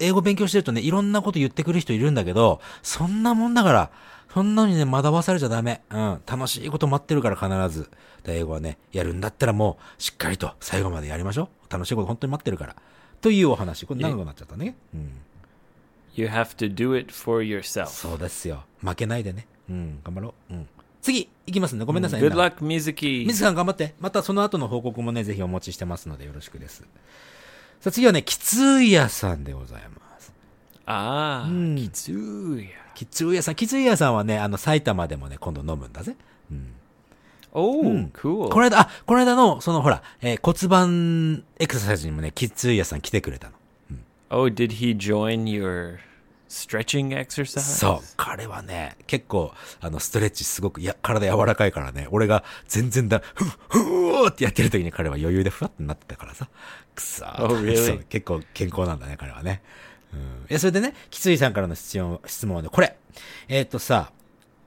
英語勉強してるとね、いろんなこと言ってくる人いるんだけど、そんなもんだから、そんなのにね、惑わされちゃダメ。うん。楽しいこと待ってるから必ず。だ英語はね、やるんだったらもう、しっかりと最後までやりましょう。楽しいこと本当に待ってるから。というお話。これ長くなっちゃったね。うん。
You have to do it for yourself.
そうですよ。負けないでね。うん。頑張ろう。うん。次、いきますね。ごめんなさい。
Good luck, Mizuki.
水さん頑張って。またその後の報告もね、ぜひお持ちしてますのでよろしくです。さあ次はね、きつい屋さんでございます。
Ah,
うん。
Kitsuya.
きつい屋さん、きつい屋さんはね、あの、埼玉でもね、今度飲むんだぜ。
Oh,
こ
cool.
の間、あ、この間の、そのほら、えー骨盤エクササイズにもね、きつい屋さん来てくれたの。
Oh, did he join your stretching exercise?
そう。彼はね、結構、あの、ストレッチすごく、いや、体柔らかいからね、俺が全然だ、ふっ、ふーってやってる時に彼は余裕でふわってなってたからさ。くそー
Oh, really?
そう結構健康なんだね、彼はね。うん。え、それでね、きついさんからの質問質問はね、これ。えっ、とさ、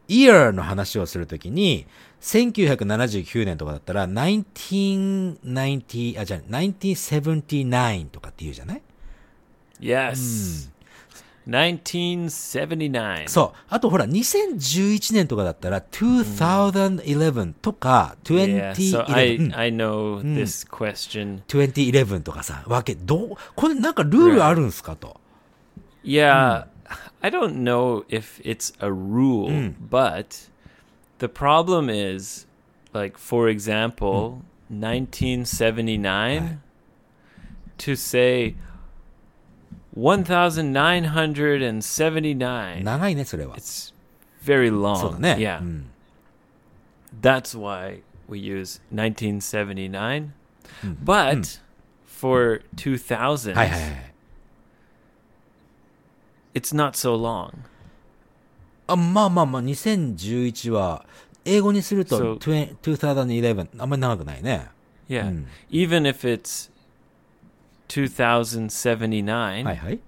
year の話をするときに、1979年とかだったら、1990、あ、じゃあ、1979とかって言うじゃない
Yes. 1979.
そう。あとほら、2011年とかだったら、2011とか、
yeah, so
2011、うん
I, I know this question.
2011とかさ、わけ、どう、これなんかルールあるんすかと。
Yeah, I don't know if it's a rule, but the problem is, like, for example, 1979, to say 1979,
長いね、それは。
it's very
そうだ
long.
ね。
Yeah,
うん。
that's why we use 1979. But for 2000,
はいはいはい。
it's not so long.
あ、まあまあまあ、2011は、英語にする
そ
と、
う
20 2011、あんまり長くないね。
Yeah.
Mm.
Even if it's 2079,
はいはい。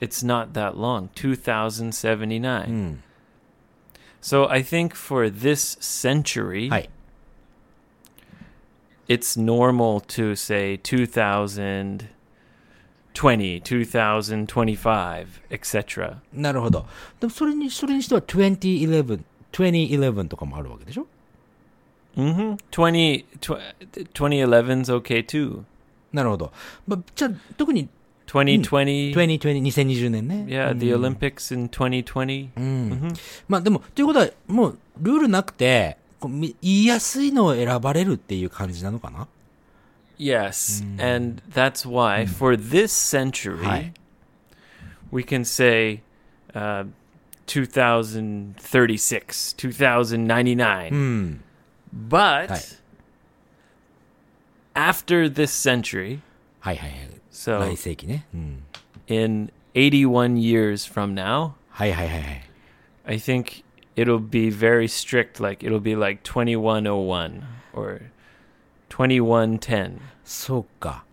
it's not that long. 2079.
うん。
So I think for this century,
はい。
it's normal to say 2020, 2025, etc.
なるほど。でも、それに、それにしては、2011、2011とかもあるわけでしょ
hmm 20, tw- 2011's okay too.
なるほど。まあ、じゃあ、特に、
2020.
2020、2020年ね。
Yeah, the Olympics in Mm-hmm. 2020.
Hmm. まあでも、ということは、もう、ルールなくて、こうみ言いやすいのを選ばれるっていう感じなのかな
Yes, and that's why for this century
Hi.
we can say uh, 2036, 2099.
うん。
But
Hi.
after this century,
はいはいはい。
So-
来世紀ね。うん。
in 81 years from now,
はいはいはいはい。
I think it'll be very strict. Like it'll be like 2101 or 2110.
そうか。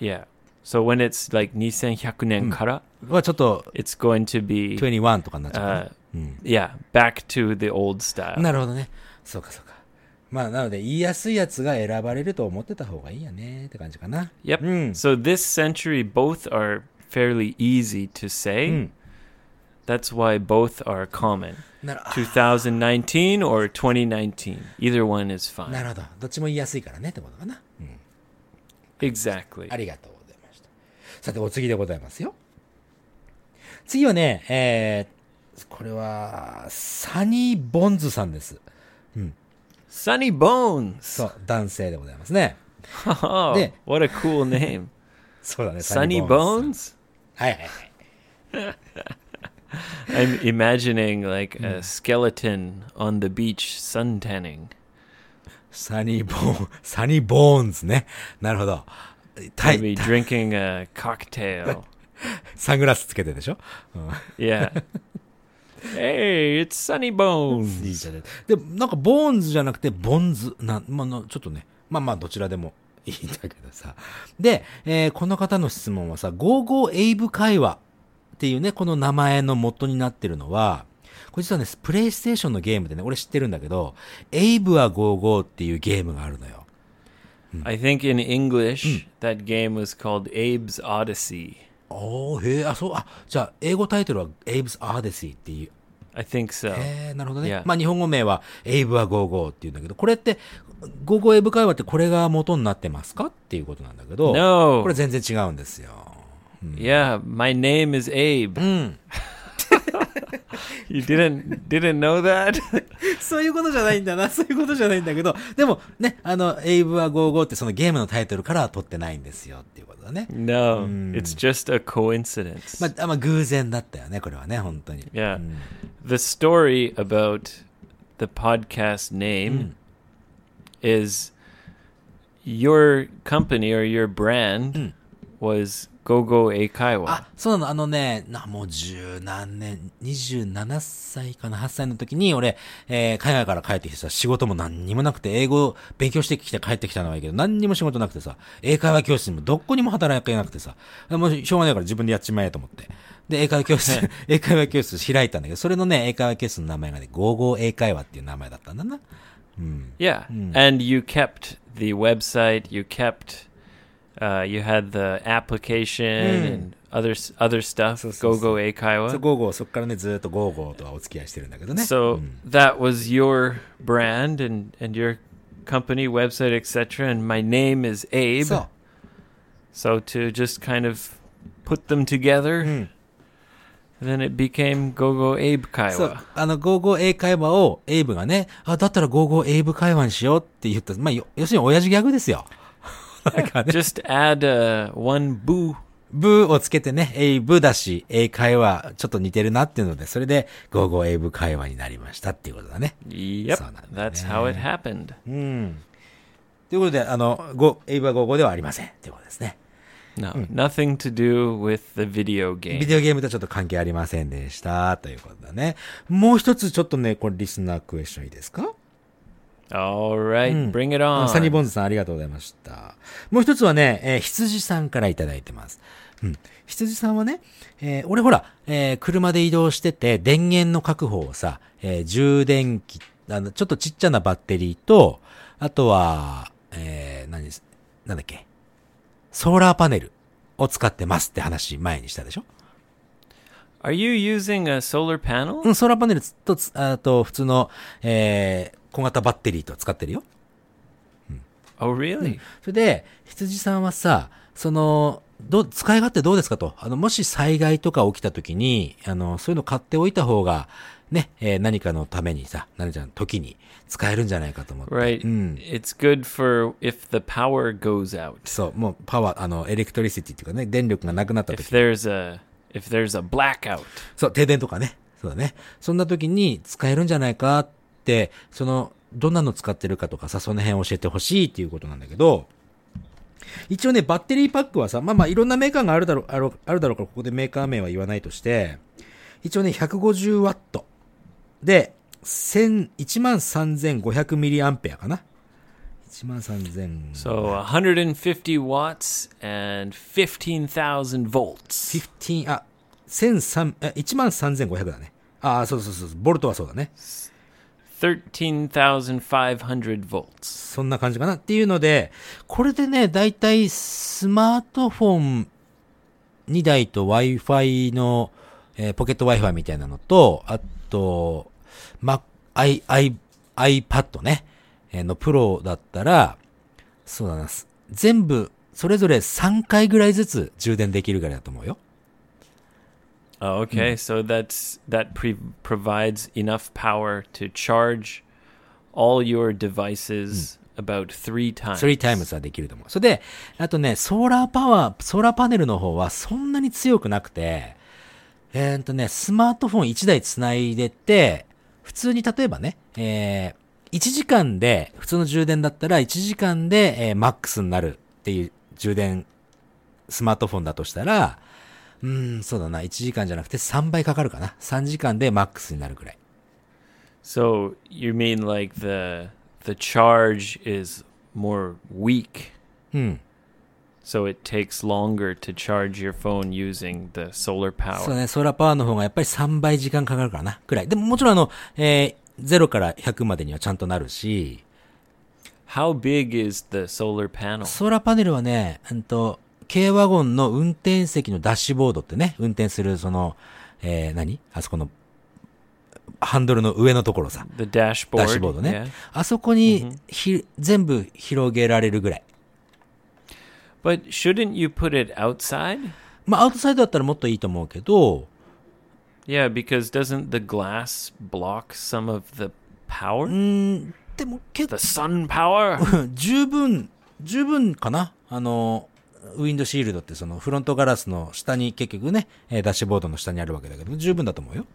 Yeah. So when it's like 2100nen kara,
はちょっと、
it's going to be
21とかになっちゃうかな
uh, yeah, back to the old style.
なるほどね。そうかそうか。まあ、なので、言いやすいやつが選ばれると思ってた方がいいやねって感じかな。
Yep.
Mm.
So this century, both are fairly easy to say.
Mm.
That's why both are common.
なるあ
2019 or 2019. Either one is
な
fine.
るほど。どっちも言いやすいからねってことかな。うん
Exactly.
ありがとうございました。さて、お次でございますよ。次はね、えー、これは、サニー・ボンズさんです。
Sunny Bones.
そう、男性でございますね。
Oh,
Yeah.
what a cool name.
そうだね、
Sunny
ンズ
Bones?
はいはいはい。
I'm imagining like a skeleton on the beach sun tanning.
サニー・ボーン、サニー・ボーンズね。なるほど。タ
Maybe
イ、
drinking a cocktail.
サングラスつけてでしょ、う
Yeah. hey, it's Sunny
ん、い
Bones.
いじゃない。でも、なんか、ボーンズじゃなくて、ボンズ。なん、まあの、ちょっとね、まあまあ、どちらでもいいんだけどさ。で、えーこの方の質問はさ、55エイブ会話っていうね、この名前の元になってるのは、これ実はね、プレイステーションのゲームでね、俺知ってるんだけど、エイブは55っていうゲームがあるのよ。
I think in English, that game was called Abe's Odyssey.
おー、へえ、あ、そう、あ、じゃあ、英語タイトルはエイブス・アーデシーっていう
I think so.
えー、なるほどね。
Yeah.
まあ日本語名は、エイブは55っていうんだけど、これって、55エイブ会話ってこれが元になってますかっていうことなんだけど、
No.
これ全然違うんですよ。
Yeah, my name is Abe.
Hmm.
you didn't didn't know that?
そういうことじゃないんだな、 そういうことじゃないんだけど、でもね、あの、エイブは55ってそのゲームのタイトルからは取ってないんですよっていうことだね。
no, it's just a coincidence.
まあ、あまあ偶然だったよね、これはね、本当に。
yeah. The story about the podcast name is your company or your brand was Go Go 英会話
あ、そうなの、あのね、な、もう十何年、27歳かな、8歳の時に、俺、えー海外から帰ってきてさ、仕事も何にもなくて、英語を勉強してきて帰ってきたのはいいけど、何にも仕事なくてさ、英会話教室にもどこにも働けなくてさ、もうしょうがないから自分でやっちまえと思って。で、英会話教室、 英会話教室開いたんだけど、それのね、英会話教室の名前がね、55英会話っていう名前だったんだな。うん。
yeah
Hmm.
and you kept the website you kept uh, you had the application and other s- other stuff
Hmm. So-
Go
so-
Go 英会話
そう、55、そっからね、ずーっと55とはお付き合いしてるんだけどね。
So that was your brand and, and your company website, etc. And my name is Abe.
そう。
So to just kind of put them together,
Hmm.
then it became GoGo Abe
そう
Kaiwa.、
あの、55英会話を、エイブがね、あ、だったら55英ブ会話にしようって言った。まあ、よ要するに親父ギャグで すよ。なんかね、
Just add uh, one boo.
ブーをつけてね、エイブだし、英会話、ちょっと似てるなっていうので、それで、55英ブ会話になりましたっていうことだね。
Yep,
So not
that's how it happened.
うん。ということで、あの、5、エイブは55ではありません。ということですね。
No,
Hmm.
nothing to do with the video
ビ
game.
デオゲームとはちょっと関係ありませんでした。ということだね。もう一つちょっとね、これリスナークエスチョンいいですか
All right, bring it
あサニー
on.
ボンズさんありがとうございました。もう一つはね、えー羊さんからいただいてます。うん。羊さんはね、えー俺ほら、えー車で移動してて、電源の確保をさ、えー充電器、あの、ちょっとちっちゃなバッテリーと、あとは、えー何です、なんだっけ、ソーラーパネルを使ってますって話前にしたでしょ
Are you using a solar panel?
うん、ソーラーパネルとつ、あと、普通の、えー小型バッテリーと使ってるよ。
Oh, really?
それで、羊さんはさ、その、どう、使い勝手どうですかと。あの、もし災害とか起きた時に、あの、そういうの買っておいた方が、ね、えー何かのためにさ、何ちゃん、時に使えるんじゃないかと思って。
Right.
うん。
It's good for if the power goes out.
そう、もうパワー、あの、エレクトリシティっていうかね、電力がなくなった時
If there's a if there's a blackout.
そう、停電とかね。そうだね。そんな時に使えるんじゃないかって、その、どんなの使ってるかとかさ、その辺教えてほしいっていうことなんだけど、一応ね、バッテリーパックはさ、まあまあいろんなメーカーがあるだろう、あるあるだろうから、ここでメーカー名は言わないとして、一応ね、150ワットで、1000 13,500ミリアンペアかな。13,000。
So 150 watts and 15,000 volts.
15あ、13え、13,500だね。ああ、そうそうそうそう、ボルトはそうだね。
13,500 volts.
そんな感じかなっていうので、これでね、だいたいスマートフォン2台と Wi-Fi の、えーポケット Wi-Fi みたいなのと、あと、ま、i、i、iPad ね、えーのプロだったら、そうだな、す全部、それぞれ3回ぐらいずつ充電できるぐらいだと思うよ。
Oh, okay, so that's that pre- provides enough power to charge all your devices about 3 times.
3タイムズはできると思う。それで、あとね、ソーラーパワー、ソーラーパネルの方はそんなに強くなくて、えーっとね、スマートフォン1台繋いでて、普通に例えばね、えー、1時間で、普通の充電だったら1時間で、えーマックスになるっていう充電、スマートフォンだとしたら、うーん、そうだな、1時間じゃなくて3倍かかるかな。3時間でマックスになるくらい。
So you mean like the the charge is more weak
うん。
So it takes longer to charge your phone using the solar
そう
power.
ね、ソーラーパワーの方がやっぱり3倍時間かかるからな、くらい。でももちろんあの、えー、0から100までにはちゃんとなるし、
How big is the solar panel?
ソーラーパネルはね、うんと、軽ワゴンの運転席のダッシュボードってね、運転するその、えー、何あそこの、ハンドルの上のところさ、
The dashboard.
ダッシュボードね。
Yeah.
あそこにひ、全部広げられるぐらい。
But shouldn't you put it outside?
まあ、アウトサイドだったらもっといいと思うけど、
Yeah, because doesn't the glass block some of the power?
Mm. でも結構
The sun power?
十分、十分かなあの、ウィンドシールドってそのフロントガラスの下に結局ね、えーダッシュボードの下にあるわけだけど、十分だと思うよ。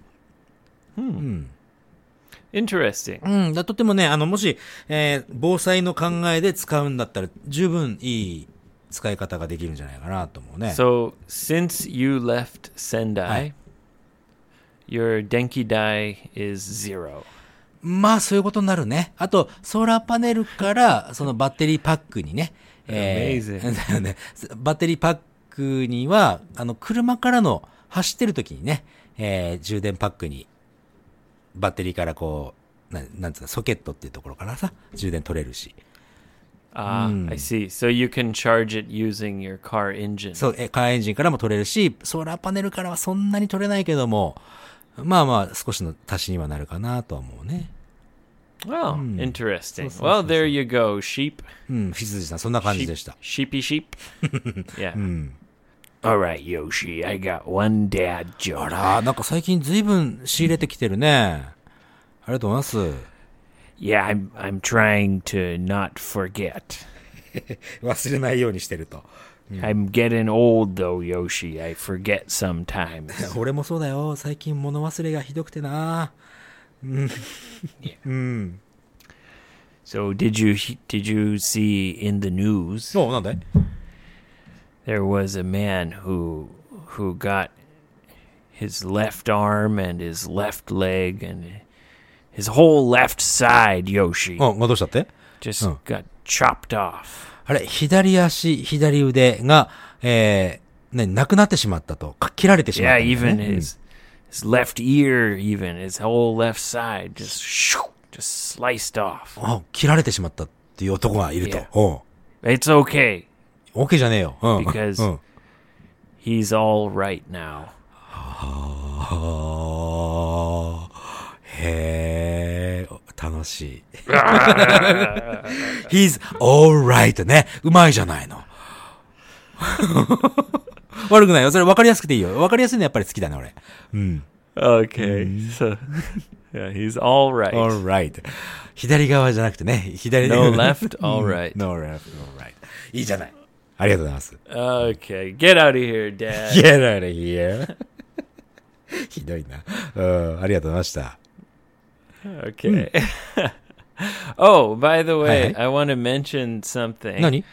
Interesting.
うん。だとてもね、あの、もし、えー防災の考えで使うんだったら、十分いい使い方ができるんじゃないかなと思うね。
So since you left Sendai,
Hi.
your Denki Dai is zero.
まあそういうことになるね。あと、ソーラーパネルから、そのバッテリーパックにね。
Amazing.
だよね。バッテリーパックには、あの、車からの、走ってる時にね、えー充電パックに、バッテリーからこう、ななんつうの、ソケットっていうところからさ、充電取れるし。
Ah, I see. So you can charge it using your car engine.
そう、えーカーエンジンからも取れるし、ソーラーパネルからはそんなに取れないけども、まあまあ、少しの足しにはなるかなとは思うね。
well, interesting. well, there you go, sheep.
うん、羊さん、そんな感じでした。
Sheep- sheepy sheep. yeah. All right, Yoshi, I got one dad joke.
あら、なんか最近随分仕入れてきてるね。ありがとうございま
Yeah, I'm I'm trying to not forget.
す。忘れないようにしてると。
I'm getting old though, Yoshi. I forget sometimes.
俺もそうだよ。最近物忘れがひどくてな。
So did you did you see in the news
そう、なんだい
there was a man who who got his left arm and his left leg and his whole left side, Yoshi,
うん、がどうしたって
just
oh.
got chopped off.
あれ、左足、左腕が、えー、ね、なくなってしまったと。か切られてしまっ
Yeah,
たんだよね、
even his his left ear, even his whole left side, just shoo, just sliced off.
うんあ切られてしまったっていう男がいると。
Yeah.
お
It's okay.
うん。OK じゃねえよ。うん。
Because-
うん、
He's all right now.
はあ、へえ、楽しい。He's alright ね。うまいじゃないの。 悪くないよ。それ分かりやすくていいよ。分かりやすいのやっぱり好きだね、俺。
Okay, so yeah, he's all right.
alright. 左側じゃなくてね、左
No left, all right.
No left, alright. いいじゃない。ありがとうございます。
Okay, get out of here, Dad.
Get out of here. ひどいな。うん、ありがとうございました。
Okay. oh, by the way,
Hmm. Hi, hi.
I want to mention something.
何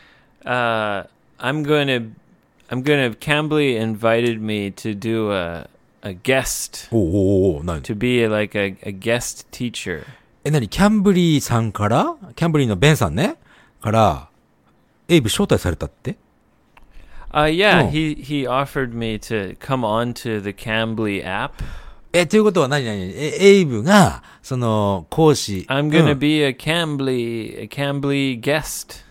Uh, I'm going to, I'm going to. Cambly invited me to do a a guest
おうおうおうおう何
to be like a, a guest teacher.
え、なにキャンブリーさんからキャンブリーのベンさんねから、エイブ招待されたって
Uh, yeah,
Oh.
he he offered me to come on to the Cambly app.
え、ということは何何え、エイブが、その、講師。
I'm gonna
うん
be a Cambly a Cambly guest.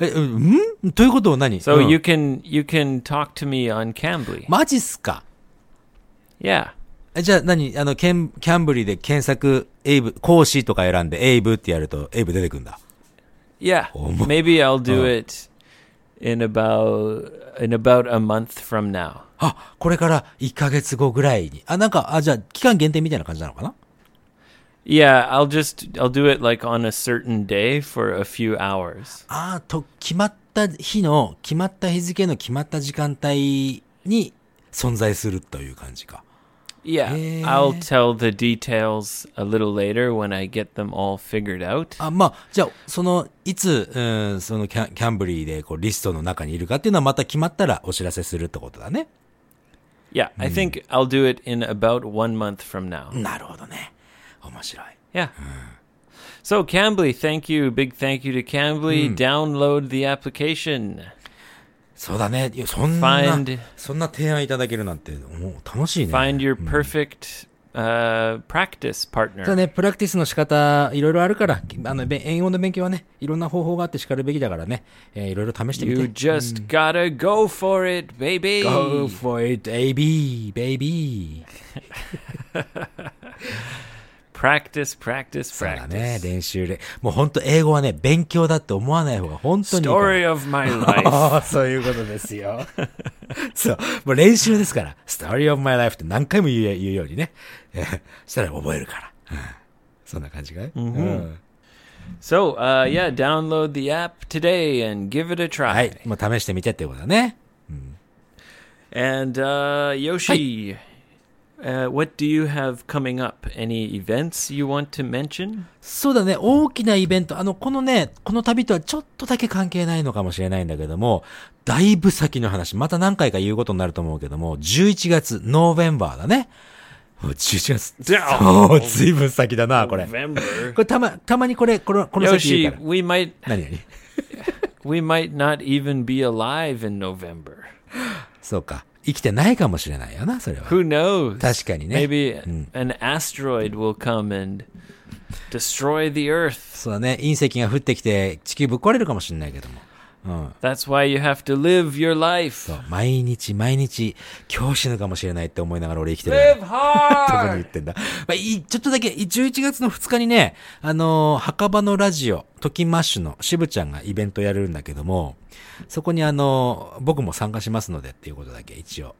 え、うんということは何
So
うん
you can you can talk to me on Cambly.
マジっすか
yeah.
えじゃあ何あの、キャン、キャンブリーで検索、エイブ、講師とか選んで、エイブってやると、エイブ出てくんだ。
Yeah,
Om-
maybe I'll do
Oh.
it in about in about a month from now.
あ、これから1ヶ月後ぐらいに。あ、なんか、あ、じゃあ、期間限定みたいな感じなのかな
Yeah, I'll just I'll do it like on a certain day for a few hours.
ああ、と、決まった日の、決まった日付の決まった時間帯に存在するという感じか。
Yeah,
Eh.
I'll tell the details a little later when I get them all figured out.
あ、まあ、じゃあ、その、いつ、うん、そのキャン、キャンブリーで、こう、リストの中にいるかっていうのはまた決まったらお知らせするってことだね。
Yeah, I think I'll do it in about 1 month from now.
なるほどね。面白い。
Yeah. So Cambly, thank you. Big thank you to Cambly. Download the application.
そうだね。いやそんな
Find、
そんな提案いただけるなんて、もう楽しいね。
find your perfect uh, practice partner.
ただね、プラクティスの仕方、いろいろあるから、あの、べ英語の勉強はね、いろんな方法があって叱るべきだからね、えーいろいろ試してみて。
You just gotta go for it, baby.
Go for it, AB, baby.
Practice, practice,
そうだね、
practice.
練習で。もう本当英語はね、勉強だって思わない方が本当にいいから。
Story of my life.
ああ、 そういうことですよ。 そう。もう練習ですから。Story of my life って何回も言え言うようにね。 えーしたら覚えるから。うんそんな感じかい、うん、
So, uh, yeah, download the app today and give it a
は
try.
い。もう試してみてってことだね。
And uh, Yoshi, uh, what do you have coming up? Any events you want to mention?
そうだね、大きなイベント、あの、このね、この旅とはちょっとだけ関係ないのかもしれないんだけども、だいぶ先の話、また何回か言うことになると思うけども、11月、ノーベンバーだね。もう11月。
じゃあ
そう、ずいぶん先だな、これ。こ
November.
れたま、たまにこれ、この、この先
Yoshi,
言うから。
we might
何何
we might not even be alive in November.
そうか。生きてないかもしれないよな、それは。
Who knows?
確かにね。
Maybe an asteroid will come and destroy the Earth.
そうだね、隕石が降ってきて、地球ぶっ壊れるかもしれないけども。
That's why you have to live your life.
そう、毎日毎日、今日死ぬかもしれないって思いながら俺生きてる。
Live
ど こに言
hard.
ってんだ。まあ、いちょっとだけ、い11月の2日にね、あのー墓場のラジオ、トキマッシュのしぶちゃんがイベントやるんだけども、そこにあのー僕も参加しますのでっていうことだけ一応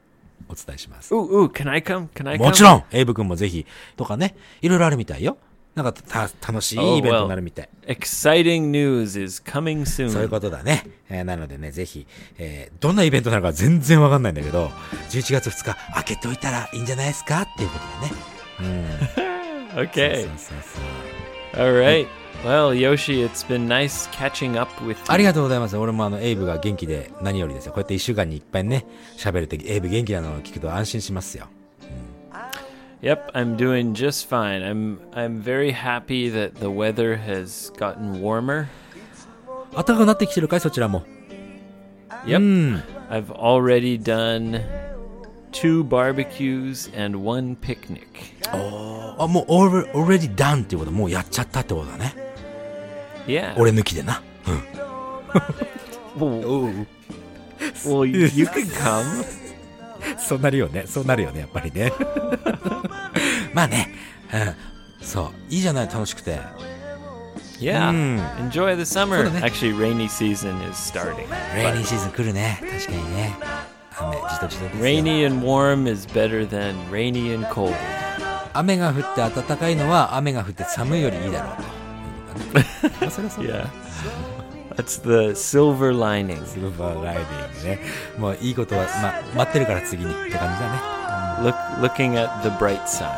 お伝えします。
Ooh, ooh, can I come? Can I come?
もちろんエイブ君もぜひ、とかね、いろいろあるみたいよ。なんかた、た楽しいイベントになるみたい。
Exciting news is coming
そういう
soon.
ことだね。えーなのでね、ぜひ、えーどんなイベントなのか全然わかんないんだけど、11月2日、開けといたらいいんじゃないですかっていうことだね。
Okay.
そうそうそうそう
All right. Well, Yoshi, it's been nice catching up with
あ
you.
りがとうございます。俺もあの、エイブが元気で何よりですよ。こうやって一週間にいっぱいね、喋れて、エイブ元気なのを聞くと安心しますよ。
Yep, I'm doing just fine. I'm I'm very happy that the weather has gotten warmer.
暖かくなってきてるかいそちらも。
Yep.
Mm.
I've already done two barbecues and one picnic.
あ、もう、alre- already done っていうこと、もうやっちゃったってことだね。
Yeah.
俺抜きでな。
Well, well, you, you could come.
そうなるよね。そうなるよね、やっぱり ね。まあね。うん。そう。いいじゃない、楽しくて。
Yeah.
Mm.
Enjoy the summer.
そうだね。
Actually, rainy season is starting.
レイニーシーズン来るね。確かにね。雨、じとじとですよ
Rainy and warm is better than rainy and cold.
雨が降って暖かいのは、雨が降って寒いよりいいだろうというのかな。 まあそれはそうだ
Yeah. That's the silver lining.
スーパーライディングね。もういいことは、ま、待ってるから次にって感じだね。
Look, looking at the bright side.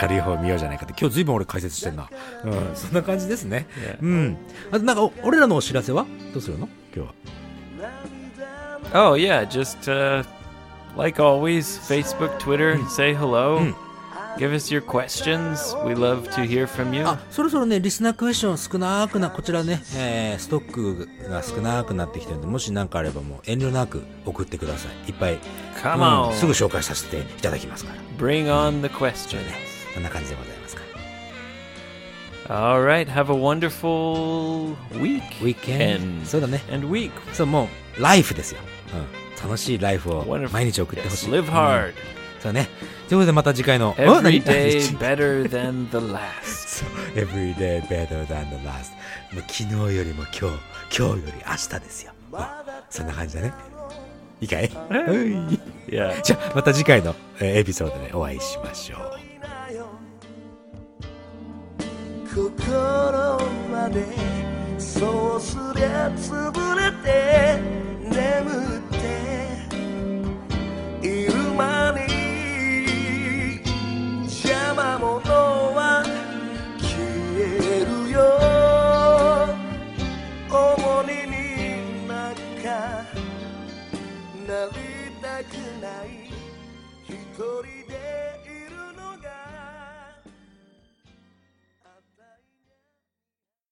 明るい方を見ようじゃないかって。今日ずいぶん俺解説してんな。うん、そんな感じですね。
Yeah.
うん。あとなんか、お俺らのお知らせはどうするの今日は。
Oh yeah, just uh, like always, Facebook, Twitter, say hello. Give us your questions. We love to hear from you.
あ、そろそろね、リスナークエスチョン少なくな、こちらね、えー、ストックが少なくなってきてるんで、もし何かあればもう遠慮なく送ってください。いっぱい。
Come
う
on,
んすぐ紹介させていただきますから。
bring on the questions.
こんな感じでございますから。
All right, have a wonderful week.
Weekend. そうだね。
and week.
そう、もう、ライフですよ。うん。楽しいライフを
Wonderful.
毎日送ってほ
Yes,
しい。
live hard.
そうね。ということでまた次回の、お
Every
何
day better than the last.
そう Every day better than the last. もう昨日よりも今日、今日より明日ですよ。うんそんな感じだね。いいかいはい
Yeah.
じゃあ、また次回のえーエピソードでお会いしましょう。
心までそうすりゃ潰れて眠っている間に邪魔者は消えるよ重荷になんかなりたくない一人